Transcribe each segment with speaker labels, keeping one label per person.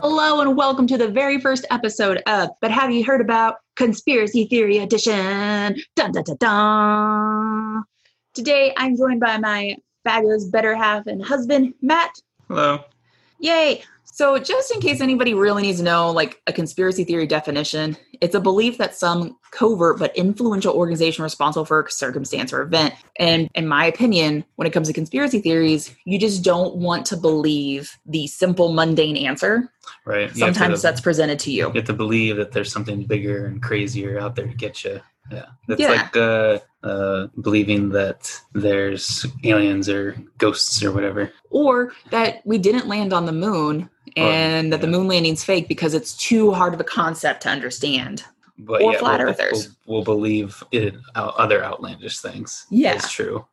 Speaker 1: Hello and welcome to the very first episode of But Have You Heard About Conspiracy Theory Edition? Dun, dun, dun, dun. Today I'm joined by my fabulous better half and husband, Matt.
Speaker 2: Hello.
Speaker 1: Yay!
Speaker 3: So, just in case anybody really needs to know, like a conspiracy theory definition, it's a belief that some covert but influential organization responsible for a circumstance or event. And in my opinion, when it comes to conspiracy theories, you just don't want to believe the simple mundane answer.
Speaker 2: Right. You have to-
Speaker 3: Sometimes that's presented to you.
Speaker 2: you have to believe that there's something bigger and crazier out there to get you. Yeah. That's
Speaker 3: Yeah.
Speaker 2: like uh, uh, believing that there's aliens or ghosts or whatever.
Speaker 3: Or that we didn't land on the moon and that the
Speaker 2: yeah.
Speaker 3: moon landing's fake because it's too hard of a concept to understand.
Speaker 2: But
Speaker 3: Or
Speaker 2: yeah,
Speaker 3: flat
Speaker 2: we'll,
Speaker 3: earthers.
Speaker 2: We'll, we'll believe it, out, other outlandish things.
Speaker 3: Yeah.
Speaker 2: It's true.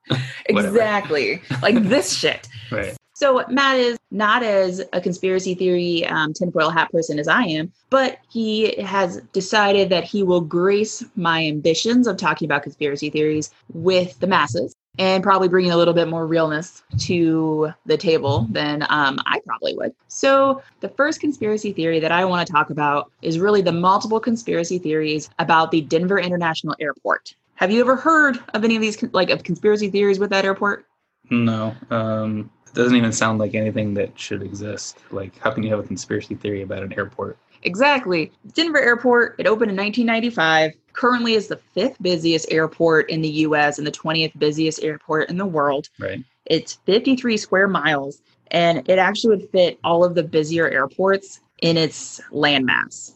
Speaker 2: Whatever.
Speaker 3: Exactly. like this shit.
Speaker 2: Right.
Speaker 1: So, Matt is not as a conspiracy theory um, tinfoil hat person as I am, but he has decided that he will grace my ambitions of talking about conspiracy theories with the masses and probably bringing a little bit more realness to the table than um, I probably would. So, the first conspiracy theory that I want to talk about is really the multiple conspiracy theories about the Denver International Airport. Have you ever heard of any of these, con- like, of conspiracy theories with that airport?
Speaker 2: No. Um, it doesn't even sound like anything that should exist. Like, how can you have a conspiracy theory about an airport?
Speaker 1: Exactly. Denver Airport, it opened in 1995, currently is the fifth busiest airport in the US and the 20th busiest airport in the world.
Speaker 2: Right.
Speaker 1: It's 53 square miles, and it actually would fit all of the busier airports in its landmass.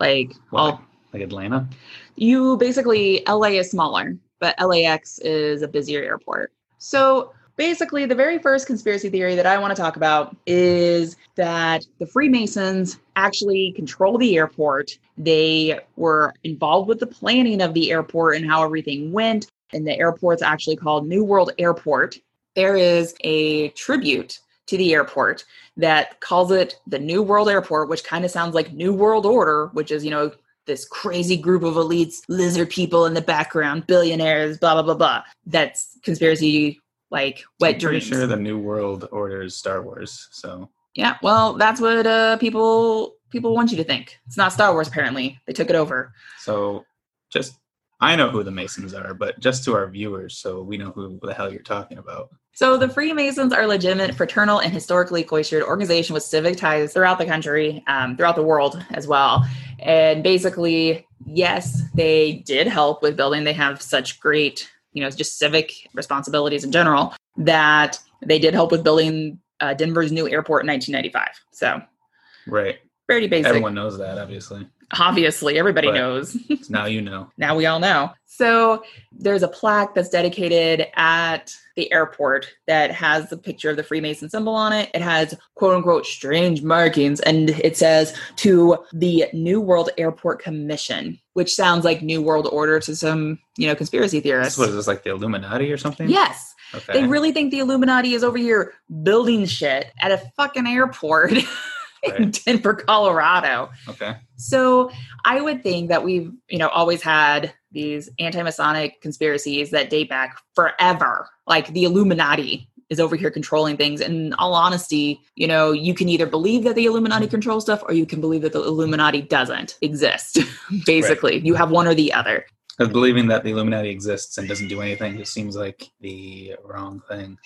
Speaker 1: Like,
Speaker 2: Well,
Speaker 1: all,
Speaker 2: like Atlanta?
Speaker 1: you basically LA is smaller, but LAX is a busier airport. So basically, the very first conspiracy theory that I want to talk about is that the Freemasons actually control the airport. They were involved with the planning of the airport and how everything went. And the airport's actually called New World Airport.
Speaker 3: There is a tribute to the airport that calls it the New World Airport, which kind of sounds like New World Order, which is, you know, this crazy group of elites, lizard people in the background, billionaires, blah, blah, blah, blah. That's conspiracy, like wet
Speaker 2: I'm pretty
Speaker 3: dreams.
Speaker 2: sure the New World Order is Star Wars. So,
Speaker 3: Yeah, well, that's what uh, people people want you to think. It's not Star Wars, apparently. They took it over.
Speaker 2: So just I know who the Masons are, but just to our viewers, so we know who the hell you're talking about.
Speaker 3: So the Freemasons are a legitimate, fraternal, and historically cloistered organization with civic ties throughout the country, um, throughout the world as well. And basically, yes, they did help with building. They have such great, you know, just civic responsibilities in general that they did help with building uh, Denver's new airport in 1995. So
Speaker 2: Right.
Speaker 3: pretty basic.
Speaker 2: Everyone knows that, obviously.
Speaker 3: Obviously, everybody
Speaker 2: Right.
Speaker 3: knows.
Speaker 2: now you know.
Speaker 3: now we all know. So there's a plaque that's dedicated at the airport that has the picture of the Freemason symbol on it. It has quote unquote strange markings and it says to the New World Airport Commission, which sounds like New World Order to some, you know, conspiracy
Speaker 2: This
Speaker 3: theorists.
Speaker 2: was this like the Illuminati or something?
Speaker 3: Yes.
Speaker 2: Okay.
Speaker 3: They really think the Illuminati is over here building shit at a fucking airport in
Speaker 2: Right.
Speaker 3: Denver, Colorado.
Speaker 2: Okay.
Speaker 3: So I would think that we've, you know, always had these anti-Masonic conspiracies that date back forever. Like the Illuminati is over here controlling things. And in all honesty, you know, you can either believe that the Illuminati controls stuff or you can believe that the Illuminati doesn't exist. Basically, you have one or the other.
Speaker 2: Because believing that the Illuminati exists and doesn't do anything just seems like the wrong thing.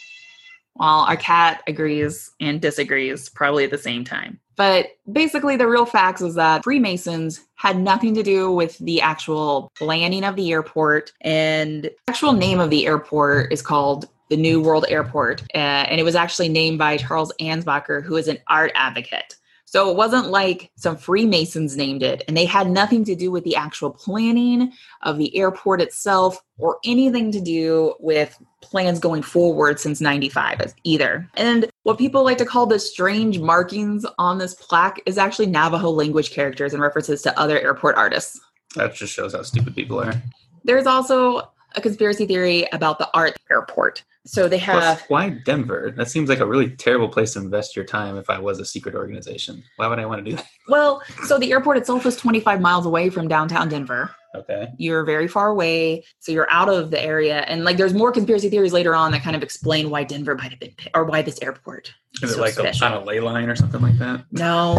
Speaker 3: Well, our cat agrees and disagrees probably at the same time. But basically, the real facts is that Freemasons had nothing to do with the actual planning of the airport, and the actual name of the airport is called the New World Airport, uh, and it was actually named by Charles Ansbacher, who is an art advocate. So it wasn't like some Freemasons named it, and they had nothing to do with the actual planning of the airport itself or anything to do with plans going forward since 95 as- either. And what people like to call the strange markings on this plaque is actually Navajo language characters and references to other airport artists.
Speaker 2: That just shows how stupid people are.
Speaker 3: There's also a conspiracy theory about the art airport. So they
Speaker 2: Plus,
Speaker 3: have
Speaker 2: why Denver? That seems like a really terrible place to invest your time if I was a secret organization. Why would I want to do that?
Speaker 3: well, so the airport itself is 25 miles away from downtown Denver.
Speaker 2: Okay.
Speaker 3: You're very far away, so you're out of the area. And like, there's more conspiracy theories later on that kind of explain why Denver might have been picked or why this airport
Speaker 2: Is it
Speaker 3: So
Speaker 2: like a,
Speaker 3: special.
Speaker 2: on a ley line or something like that?
Speaker 3: No.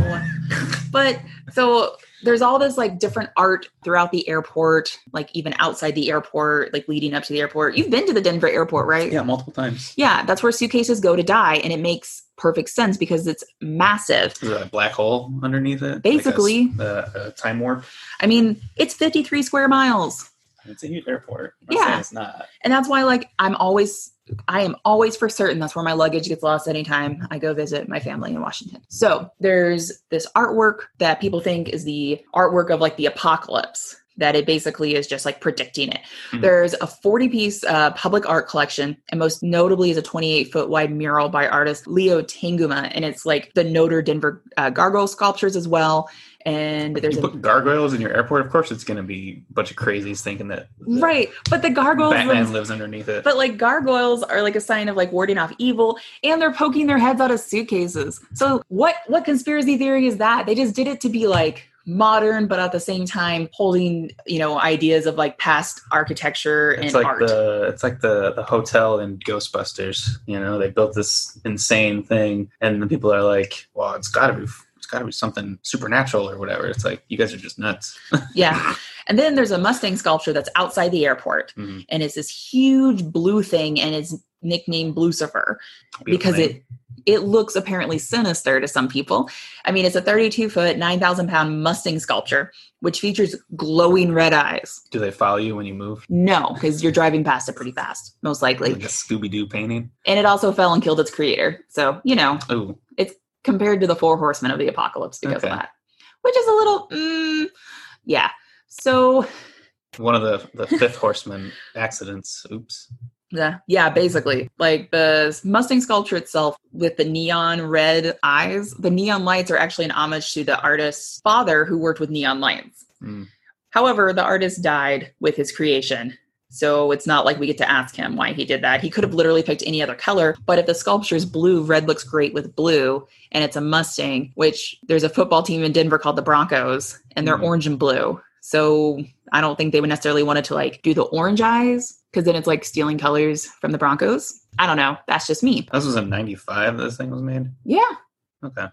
Speaker 3: but so there's all this like different art throughout the airport, like even outside the airport, like leading up to the airport. You've been to the Denver airport, right?
Speaker 2: Yeah, multiple times.
Speaker 3: Yeah, that's where suitcases go to die. And it makes perfect sense because it's massive.
Speaker 2: Is it a black hole underneath it? Like a s-
Speaker 3: Basically.
Speaker 2: uh, a time warp.
Speaker 3: I mean, it's 53 square miles.
Speaker 2: It's a huge airport. i
Speaker 3: Yeah.
Speaker 2: it's not.
Speaker 3: And that's why, like, I'm always, I am always for certain that's where my luggage gets lost anytime I go visit my family in Washington. So there's this artwork that people think is the artwork of like the apocalypse, that it basically is just like predicting it.
Speaker 2: Mhm.
Speaker 3: There's a 40 piece uh, public art collection, and most notably is a 28 foot wide mural by artist Leo Tanguma. And it's like the Notre Denver uh, gargoyle sculptures as well. And there's
Speaker 2: you
Speaker 3: a
Speaker 2: put gargoyles in your airport, of course it's going to be a bunch of crazies thinking that, that
Speaker 3: Right, but the gargoyles
Speaker 2: Batman
Speaker 3: themselves-
Speaker 2: lives underneath it.
Speaker 3: But like gargoyles are like a sign of like warding off evil, and they're poking their heads out of suitcases. So what what conspiracy theory is that? They just did it to be like modern, but at the same time holding you know ideas of like past architecture and
Speaker 2: it's like
Speaker 3: art.
Speaker 2: the it's like the, the hotel in Ghostbusters. You know, they built this insane thing, and the people are like, "Well, it's got to be it's got to be something supernatural or whatever." It's like you guys are just nuts.
Speaker 3: yeah, and then there's a Mustang sculpture that's outside the airport,
Speaker 2: Mhm.
Speaker 3: and it's this huge blue thing, and it's nicknamed Lucifer. because it it looks apparently sinister to some people. I mean, it's a 32 foot, 9,000 pound Mustang sculpture, which features glowing red eyes.
Speaker 2: do they follow you when you move?
Speaker 3: No, because you're driving past it pretty fast, most
Speaker 2: Like,
Speaker 3: likely.
Speaker 2: a Scooby Doo painting.
Speaker 3: And it also fell and killed its creator. So, you know,
Speaker 2: Ooh,
Speaker 3: compared to the four horsemen of the apocalypse because
Speaker 2: Okay.
Speaker 3: of that, which is a little, mm, yeah. So,
Speaker 2: one of the the fifth horseman accidents. Oops.
Speaker 3: Yeah, yeah, basically. Like the Mustang sculpture itself with the neon red eyes, the neon lights are actually an homage to the artist's father who worked with neon lights.
Speaker 2: Mm.
Speaker 3: However, the artist died with his creation. So it's not like we get to ask him why he did that. He could have literally picked any other color, but if the sculpture is blue, red looks great with blue, and it's a Mustang, which there's a football team in Denver called the Broncos, and they're
Speaker 2: Mhm.
Speaker 3: orange and blue. So I don't think they would necessarily want it to like do the orange eyes because then it's like stealing colors from the Broncos. I don't know. That's just me.
Speaker 2: This was in '95. This thing was made.
Speaker 3: Yeah. Um,
Speaker 2: Okay.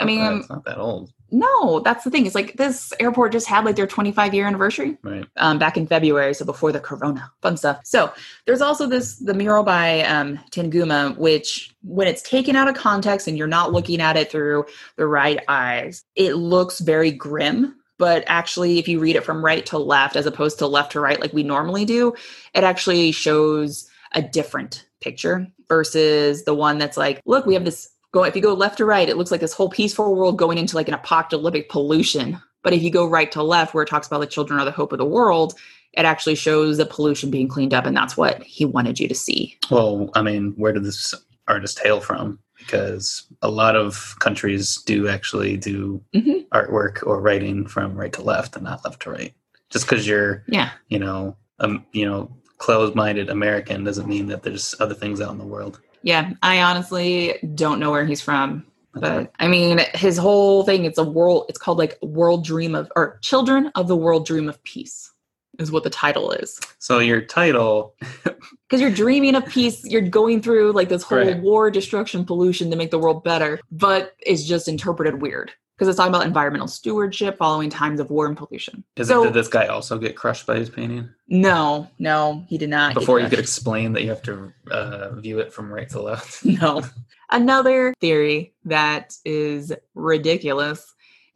Speaker 3: I mean,
Speaker 2: Uh, it's not that old,
Speaker 3: no, that's the thing. It's like this airport just had like their 25 year anniversary.
Speaker 2: right?
Speaker 3: um, back in February, so before the corona. Fun stuff. So there's also this the mural by um, Tanguma, which when it's taken out of context and you're not looking at it through the right eyes, it looks very grim. But actually, if you read it from right to left as opposed to left to right, like we normally do, it actually shows a different picture versus the one that's like, look, we have this go. If you go left to right, it looks like this whole peaceful world going into like an apocalyptic pollution. But if you go right to left, where it talks about the children are the hope of the world, it actually shows the pollution being cleaned up, and that's what he wanted you to see.
Speaker 2: Well, I mean, where did this artist hail from? Because a lot of countries do actually do
Speaker 3: Mhm.
Speaker 2: artwork or writing from right to left and not left to right. Just because you're,
Speaker 3: Yeah.
Speaker 2: you know, um, you know, closed-minded American doesn't mean that there's other things out in the world.
Speaker 3: Yeah, I honestly don't know where he's from, but I mean, his whole thing—it's a world. It's called like "World Dream of" or "Children of the World Dream of Peace" is what the title is.
Speaker 2: so your title,
Speaker 3: because you're dreaming of peace you're going through like this whole
Speaker 2: Right.
Speaker 3: war destruction pollution to make the world better but it's just interpreted weird because it's talking about environmental stewardship following times of war and pollution
Speaker 2: is
Speaker 3: So-
Speaker 2: it, did this guy also get crushed by his painting
Speaker 3: no no he did not get
Speaker 2: before you could
Speaker 3: crushed.
Speaker 2: explain that you have to uh, view it from right to left?
Speaker 3: no another theory that is ridiculous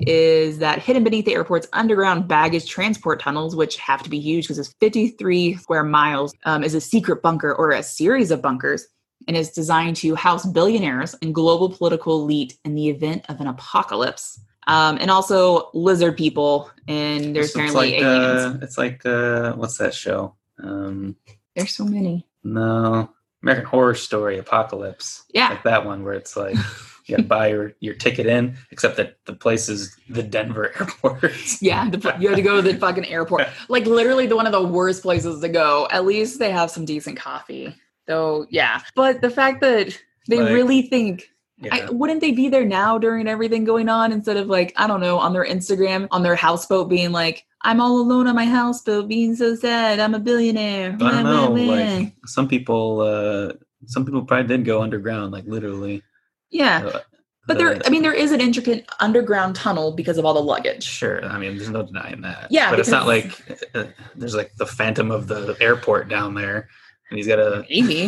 Speaker 3: is that hidden beneath the airport's underground baggage transport tunnels, which have to be huge because it's 53 square miles, um, is a secret bunker or a series of bunkers and is designed to house billionaires and global political elite in the event of an apocalypse. Um, and also lizard people, and there's
Speaker 2: It's like,
Speaker 3: apparently aliens.
Speaker 2: uh, it's like uh, what's that show? Um,
Speaker 3: there's so many.
Speaker 2: No, American Horror Story Apocalypse.
Speaker 3: Yeah.
Speaker 2: like that one where it's like you gotta buy your your ticket in, except that the place is the Denver airport.
Speaker 3: Yeah, the, you had to go to the fucking airport. Like literally the one of the worst places to go. At least they have some decent coffee. So yeah, but the fact that they
Speaker 2: Like-
Speaker 3: really think
Speaker 2: Yeah.
Speaker 3: I, wouldn't they be there now during everything going on instead of like I don't know on their Instagram on their houseboat being like I'm all alone on my houseboat being so sad I'm a billionaire.
Speaker 2: But I don't
Speaker 3: Wah, wah,
Speaker 2: know.
Speaker 3: wah."
Speaker 2: Like some people, uh, some people probably did go underground, like literally.
Speaker 3: Yeah.
Speaker 2: Uh,
Speaker 3: But there, I mean, there is an intricate underground tunnel because of all the luggage.
Speaker 2: Sure, I mean, there's no denying that.
Speaker 3: Yeah,
Speaker 2: but it's not like uh, there's like the phantom of the airport down there, and he's got a
Speaker 3: Maybe.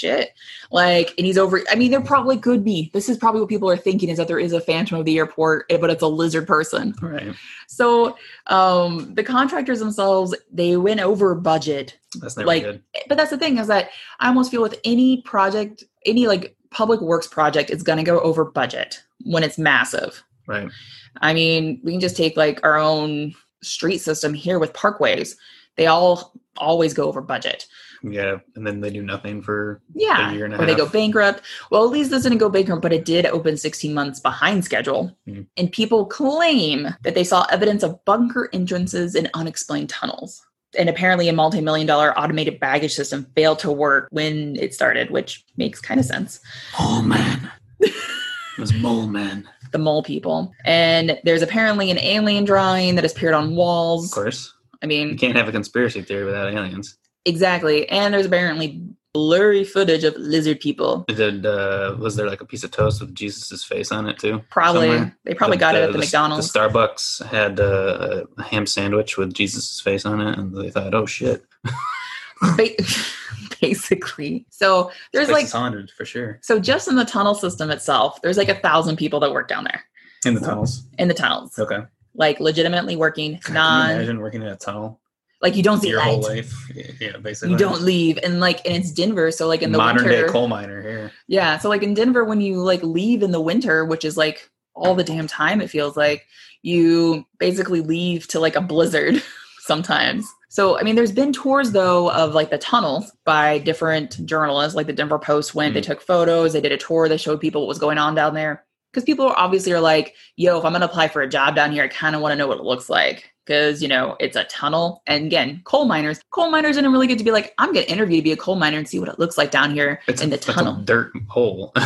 Speaker 3: Shit. Like, and he's over. I mean, there probably could be. This is probably what people are thinking is that there is a phantom of the airport, eh, but it's a lizard person.
Speaker 2: right.
Speaker 3: So um, the contractors themselves, they went over budget
Speaker 2: That's never
Speaker 3: Like-
Speaker 2: good.
Speaker 3: but that's the thing is that I almost feel with any project, any like public works project, it's going to go over budget when it's massive.
Speaker 2: Right.
Speaker 3: I mean, we can just take like our own street system here with parkways. They all always go over budget.
Speaker 2: Yeah, and then they do nothing for
Speaker 3: Yeah.
Speaker 2: a year and a
Speaker 3: Or they
Speaker 2: half.
Speaker 3: go bankrupt. Well, at least this didn't go bankrupt, but it did open 16 months behind schedule.
Speaker 2: Mm.
Speaker 3: And people claim that they saw evidence of bunker entrances and unexplained tunnels. And apparently, a multi million dollar automated baggage system failed to work when it started, which makes kind of sense.
Speaker 2: Mole man. it was mole man.
Speaker 3: The mole people. And there's apparently an alien drawing that has appeared on
Speaker 2: Of
Speaker 3: walls.
Speaker 2: course,
Speaker 3: I
Speaker 2: you
Speaker 3: mean,
Speaker 2: can't have a conspiracy theory without aliens.
Speaker 3: exactly. And there's apparently blurry footage of lizard people.
Speaker 2: Did uh, was there like a piece of toast with Jesus's face on it too?
Speaker 3: Probably,
Speaker 2: Somewhere.
Speaker 3: they probably got it at the, McDonald's.
Speaker 2: The Starbucks had uh, a ham sandwich with Jesus's face on it, and they thought, "Oh shit,
Speaker 3: Ba- basically. So there's
Speaker 2: place
Speaker 3: like
Speaker 2: is haunted for sure."
Speaker 3: so just in the tunnel system itself, there's like a thousand people that work down there
Speaker 2: In the tunnels.
Speaker 3: in the tunnels,
Speaker 2: Okay.
Speaker 3: like legitimately working,
Speaker 2: God, Can you
Speaker 3: non
Speaker 2: imagine working in a tunnel
Speaker 3: like you don't see
Speaker 2: your whole
Speaker 3: lights,
Speaker 2: life? Yeah, basically.
Speaker 3: you don't leave, and like and it's Denver, so like in the
Speaker 2: modern
Speaker 3: winter,
Speaker 2: day coal miner here.
Speaker 3: yeah, so like in Denver when you like leave in the winter, which is like all the damn time, it feels like you basically leave to like a blizzard sometimes. So I mean, there's been tours though of like the tunnels by different journalists. Like the Denver Post went, they
Speaker 2: Mm.
Speaker 3: took photos, they did a tour, they showed people what was going on down there. Because people obviously are like, yo, if I'm gonna apply for a job down here, I kind of want to know what it looks like. Because you know it's a tunnel, and again, coal miners. Coal miners didn't really get to be like, I'm gonna interview to be a coal miner and see what it looks like down here
Speaker 2: It's
Speaker 3: in the
Speaker 2: it's
Speaker 3: tunnel.
Speaker 2: a dirt hole.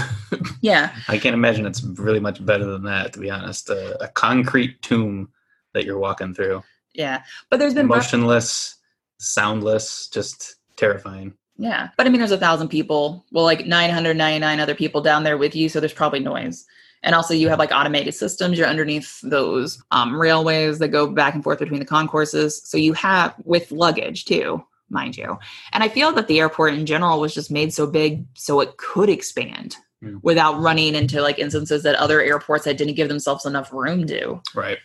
Speaker 3: Yeah,
Speaker 2: I can't imagine it's really much better than that, to be honest. Uh, a concrete tomb that you're walking through,
Speaker 3: yeah. But there's been ref-
Speaker 2: motionless, soundless, just terrifying.
Speaker 3: yeah. But I mean, there's a thousand people. Well, like 999 other people down there with you, so there's probably noise. And also, you have like automated systems. You're underneath those um, railways that go back and forth between the concourses. So you have with luggage too, mind you. And I feel that the airport in general was just made so big so it could expand
Speaker 2: Mm.
Speaker 3: without running into like instances that other airports that didn't give themselves enough room do.
Speaker 2: Right.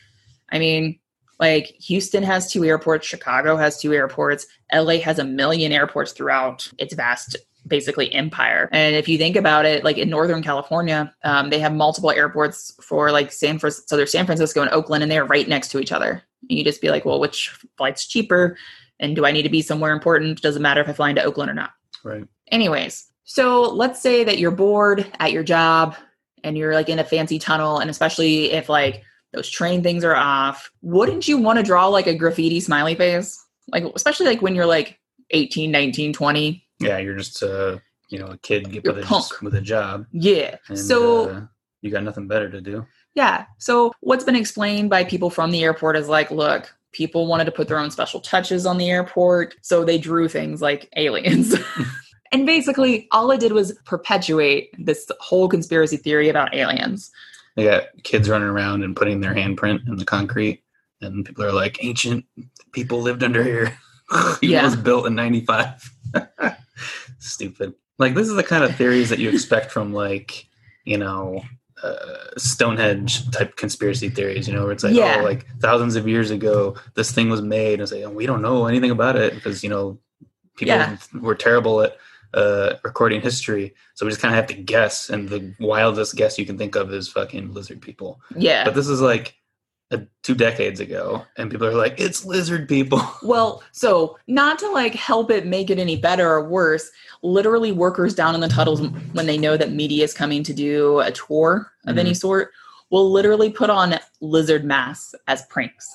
Speaker 3: I mean, like Houston has two airports, Chicago has two airports, LA has a million airports throughout its vast basically empire. And if you think about it, like in Northern California, um, they have multiple airports for like San Francisco. So there's San Francisco and Oakland, and they're right next to each other. And you just be like, well, which flight's cheaper? And do I need to be somewhere important? Doesn't matter if I fly into Oakland or not.
Speaker 2: Right.
Speaker 3: Anyways, so let's say that you're bored at your job and you're like in a fancy tunnel, and especially if like those train things are off, wouldn't you want to draw like a graffiti smiley face? Like, especially like when you're like 18, 19, 20.
Speaker 2: Yeah, you're just uh, you know a kid get
Speaker 3: You're
Speaker 2: with, a,
Speaker 3: punk.
Speaker 2: with a job.
Speaker 3: Yeah.
Speaker 2: And,
Speaker 3: so,
Speaker 2: uh, you got nothing better to do.
Speaker 3: yeah. So, what's been explained by people from the airport is like, look, people wanted to put their own special touches on the airport. So, they drew things like aliens. and basically, all it did was perpetuate this whole conspiracy theory about aliens.
Speaker 2: They got kids running around and putting their handprint in the concrete, and people are like, "Ancient people lived under here. you know,
Speaker 3: Yeah.
Speaker 2: it was built in '95." Stupid. Like this is the kind of theories that you expect from like you know uh, Stonehenge type conspiracy theories. You know, where it's like,
Speaker 3: Yeah.
Speaker 2: oh, like thousands of years ago, this thing was made, and say, like, oh, we don't know anything about it because you know people
Speaker 3: Yeah.
Speaker 2: were terrible at uh, recording history. So we just kind of have to guess, and the wildest guess you can think of is fucking lizard people.
Speaker 3: Yeah.
Speaker 2: But this is like uh two decades ago, and people are like, it's lizard people.
Speaker 3: Well, so not to like help it make it any better or worse, literally workers down in the tunnels when they know that media is coming to do a tour of any
Speaker 2: Mm-hmm.
Speaker 3: sort will literally put on lizard masks as pranks.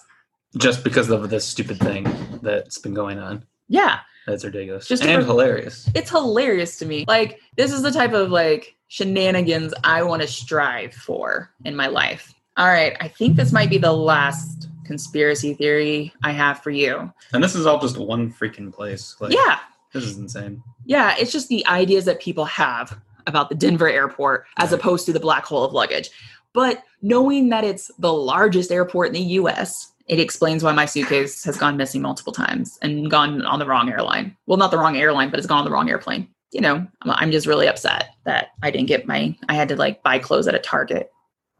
Speaker 2: Just because of this stupid thing that's been going on.
Speaker 3: Yeah,
Speaker 2: That's ridiculous.
Speaker 3: Just
Speaker 2: and
Speaker 3: for-
Speaker 2: hilarious.
Speaker 3: it's hilarious to me. Like this is the type of like shenanigans I want to strive for in my life. All right, I think this might be the last conspiracy theory I have for you.
Speaker 2: And this is all just one freaking place. Like,
Speaker 3: yeah.
Speaker 2: This is insane.
Speaker 3: Yeah, it's just the ideas that people have about the Denver airport as opposed to the black hole of luggage. But knowing that it's the largest airport in the US, it explains why my suitcase has gone missing multiple times and gone on the wrong airline. Well, not the wrong airline, but it's gone on the wrong airplane. You know, I'm, I'm just really upset that I didn't get my, I had to like buy clothes at a Target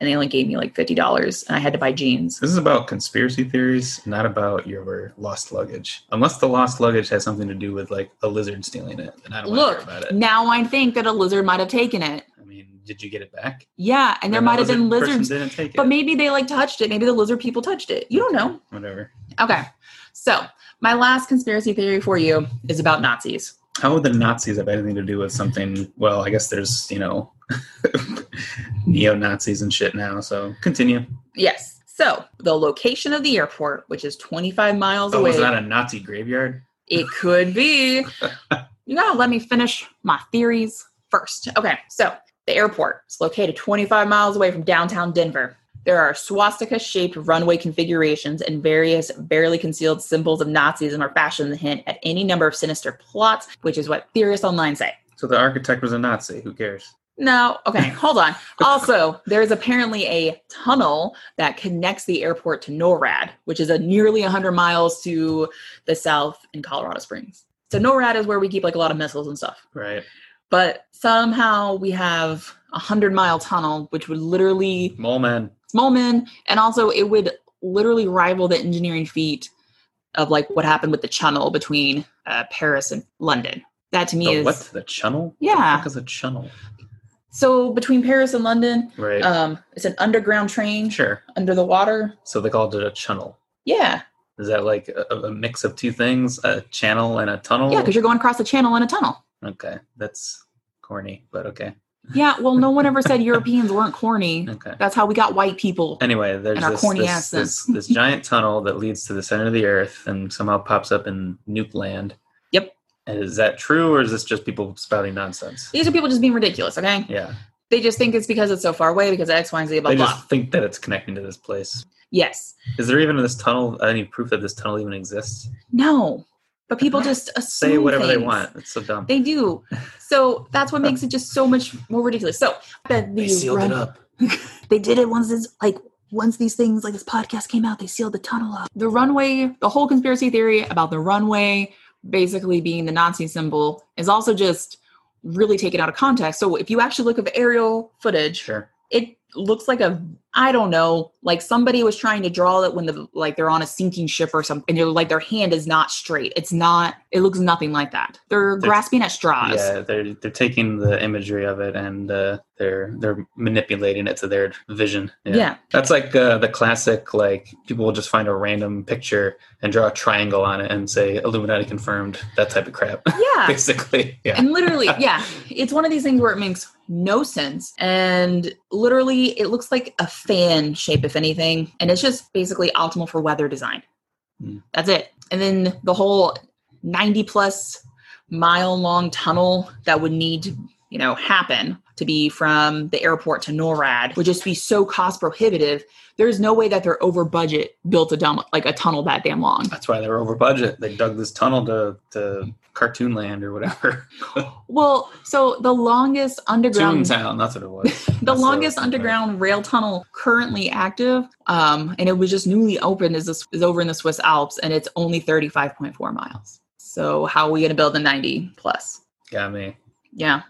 Speaker 3: and they only gave me like $50 and I had to buy jeans.
Speaker 2: This is about conspiracy theories, not about your lost luggage. Unless the lost luggage has something to do with like a lizard stealing it, then I don't want
Speaker 3: Look,
Speaker 2: to hear about it.
Speaker 3: Now I think that a lizard might have taken it.
Speaker 2: I mean, did you get it back?
Speaker 3: Yeah. And there
Speaker 2: Then the
Speaker 3: might have been
Speaker 2: lizard person
Speaker 3: lizards,
Speaker 2: Didn't take it.
Speaker 3: but maybe they like touched it. Maybe the lizard people touched it. You don't know.
Speaker 2: Whatever.
Speaker 3: Okay. So, my last conspiracy theory for you is about Nazis.
Speaker 2: How would the Nazis have anything to do with something? Well, I guess there's you know neo Nazis and shit now. So continue.
Speaker 3: Yes. So, the location of the airport, which is 25 miles
Speaker 2: Oh,
Speaker 3: away,
Speaker 2: was that a Nazi graveyard?
Speaker 3: it could be. you gotta let me finish my theories first. Okay. So, the airport is located 25 miles away from downtown Denver. There are swastika shaped runway configurations and various barely concealed symbols of Nazism are fashioned to hint at any number of sinister plots, which is what theorists online say.
Speaker 2: So the architect was a Nazi. Who cares?
Speaker 3: No, okay, hold on. Also, there is apparently a tunnel that connects the airport to NORAD, which is a nearly 100 miles to the south in Colorado Springs. So NORAD is where we keep like a lot of missiles and stuff.
Speaker 2: Right.
Speaker 3: But somehow we have a 100 mile tunnel, which would literally
Speaker 2: Mole man.
Speaker 3: Smallman, and also it would literally rival the engineering feat of like what happened with the tunnel between uh, Paris and London. That to me
Speaker 2: The
Speaker 3: is
Speaker 2: what? The channel?
Speaker 3: Yeah.
Speaker 2: What the fuck is a channel?
Speaker 3: so between Paris and London.
Speaker 2: Right.
Speaker 3: um it's an underground train
Speaker 2: sure.
Speaker 3: under the water
Speaker 2: So they called it a channel.
Speaker 3: yeah
Speaker 2: Is that like a, a mix of two things, a channel and a tunnel?
Speaker 3: yeah because you're going across the channel in a tunnel
Speaker 2: okay, that's corny, but okay,
Speaker 3: yeah well no one ever said europeans weren't corny
Speaker 2: okay.
Speaker 3: that's how we got white people
Speaker 2: Anyway, there's
Speaker 3: And our
Speaker 2: this
Speaker 3: corny
Speaker 2: this,
Speaker 3: accent.
Speaker 2: this this giant tunnel that leads to the center of the earth and somehow pops up in Nuke Land.
Speaker 3: Yep.
Speaker 2: And is that true, or is this just people spouting nonsense?
Speaker 3: these are people just being ridiculous okay
Speaker 2: Yeah,
Speaker 3: they just think it's because it's so far away because of x y and z blah
Speaker 2: they
Speaker 3: blah
Speaker 2: just think that it's connecting to this place.
Speaker 3: yes
Speaker 2: Is there even in this tunnel any proof that this tunnel even exists?
Speaker 3: no but people just assume
Speaker 2: Say whatever they
Speaker 3: things.
Speaker 2: want. It's so dumb.
Speaker 3: they do so that's what makes it just so much more ridiculous so that
Speaker 2: They
Speaker 3: these run-
Speaker 2: up.
Speaker 3: they did it once this like once these things like this podcast came out they sealed the tunnel up the runway the whole conspiracy theory about the runway basically being the nazi symbol is also just really taken out of context so if you actually look at aerial footage
Speaker 2: Sure.
Speaker 3: it looks like a i don't know like somebody was trying to draw it when the like they're on a sinking ship or something and you're like their hand is not straight it's not it looks nothing like that they're
Speaker 2: There's-
Speaker 3: grasping at straws
Speaker 2: Yeah, they're they're taking the imagery of it and uh, they're they're manipulating it to their vision.
Speaker 3: yeah.
Speaker 2: that's like uh, the classic. Like people will just find a random picture and draw a triangle on it and say Illuminati confirmed. That type of crap,
Speaker 3: yeah.
Speaker 2: basically. Yeah,
Speaker 3: And literally, yeah, it's one of these things where it makes no sense. And literally, it looks like a fan shape, if anything. And it's just basically optimal for weather design.
Speaker 2: Hmm.
Speaker 3: That's it. And then the whole 90 plus mile long tunnel that would need to, you know, happen to be from the airport to NORAD would just be so cost prohibitive. There's no way that they're over budget built a dumb, like a tunnel that damn long.
Speaker 2: that's why they're over budget. They dug this tunnel to to Cartoon Land or whatever.
Speaker 3: Well, so the longest underground
Speaker 2: Toontown, that's what it was.
Speaker 3: the
Speaker 2: That's
Speaker 3: longest
Speaker 2: right.
Speaker 3: underground rail tunnel currently active um, and it was just newly opened is, this, is over in the swiss alps and it's only 35.4 miles so how are we going to build a 90 plus
Speaker 2: Got me.
Speaker 3: yeah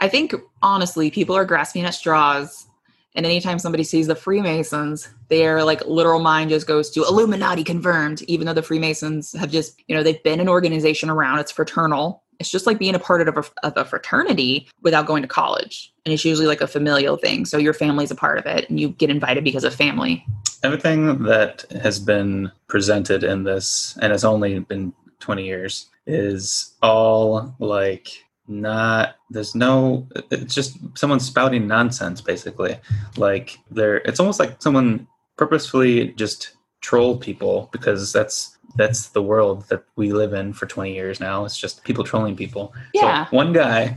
Speaker 3: i think honestly people are grasping at straws and anytime somebody sees the freemasons their like literal mind just goes to illuminati confirmed even though the freemasons have just you know they've been an organization around it's fraternal it's just like being a part of a, of a fraternity without going to college and it's usually like a familial thing so your family's a part of it and you get invited because of family
Speaker 2: Everything that has been presented in this, and it's only been 20 years, is all like not there's no it's just someone spouting nonsense basically like they're it's almost like someone purposefully just troll people because that's that's the world that we live in for 20 years now it's just people trolling people
Speaker 3: yeah
Speaker 2: so one guy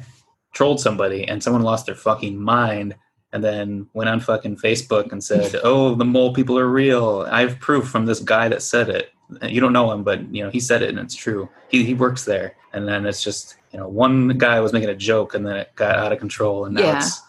Speaker 2: trolled somebody and someone lost their fucking mind and then went on fucking Facebook and said, Oh, the mole people are real. I have proof from this guy that said it. You don't know him, but you know, he said it and it's true. He he works there. And then it's just you know, one guy was making a joke and then it got out of control and now
Speaker 3: Yeah.
Speaker 2: it's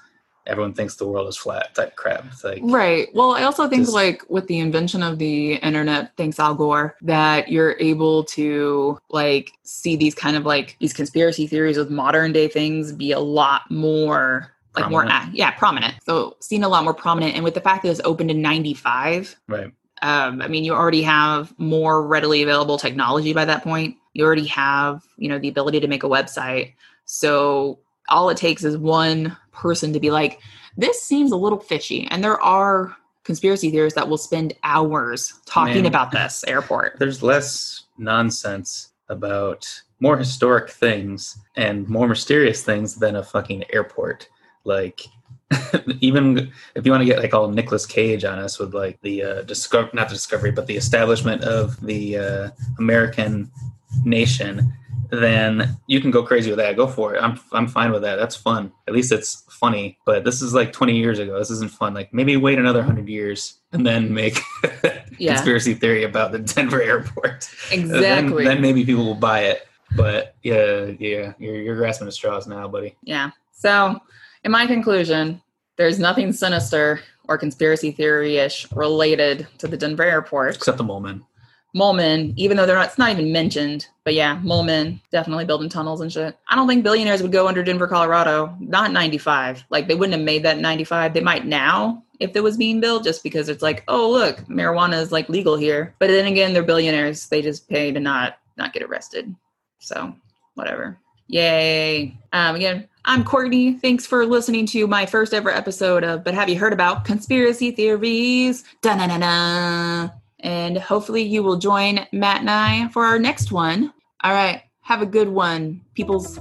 Speaker 2: everyone thinks the world is flat type crap. It's like
Speaker 3: Right. Well, I also think
Speaker 2: Just-
Speaker 3: like with the invention of the internet, thanks Al Gore, that you're able to like see these kind of like these conspiracy theories with modern day things be a lot more like more
Speaker 2: Prominent.
Speaker 3: ac- yeah prominent. So seen a lot more prominent, and with the fact that it's opened in '95,
Speaker 2: right.
Speaker 3: um, I mean, you already have more readily available technology by that point. You already have, you know, the ability to make a website. So all it takes is one person to be like, this seems a little fishy. And there are conspiracy theorists that will spend hours talking
Speaker 2: Man.
Speaker 3: about this airport.
Speaker 2: There's less nonsense about more historic things and more mysterious things than a fucking airport. Like even if you want to get like all Nicolas Cage on us with like the uh discover not the discovery but the establishment of the uh American nation then you can go crazy with that go for it i'm i'm fine with that that's fun at least it's funny but this is like 20 years ago this isn't fun like maybe wait another 100 years and then make
Speaker 3: Yeah.
Speaker 2: conspiracy theory about the Denver airport Then-
Speaker 3: Exactly.
Speaker 2: then, maybe people will buy it but yeah yeah you're, you're grasping at straws now buddy
Speaker 3: yeah. So, in my conclusion, there's nothing sinister or conspiracy theory ish related to the Denver airport.
Speaker 2: except the mole men
Speaker 3: Molman, even though they're not, it's not even mentioned. But yeah, Molman definitely building tunnels and shit. I don't think billionaires would go under Denver, Colorado. Not in 95. Like they wouldn't have made that in 95. They might now if it was being built just because it's like, oh look, marijuana is like legal here. But then again, they're billionaires. They just pay to not not get arrested. So whatever. Yay. Um, again, I'm Courtney. Thanks for listening to my first ever episode of But Have You Heard About Conspiracy Theories? Dun dun dun dun. And hopefully you will join Matt and I for our next one. All right. Have a good one, peoples.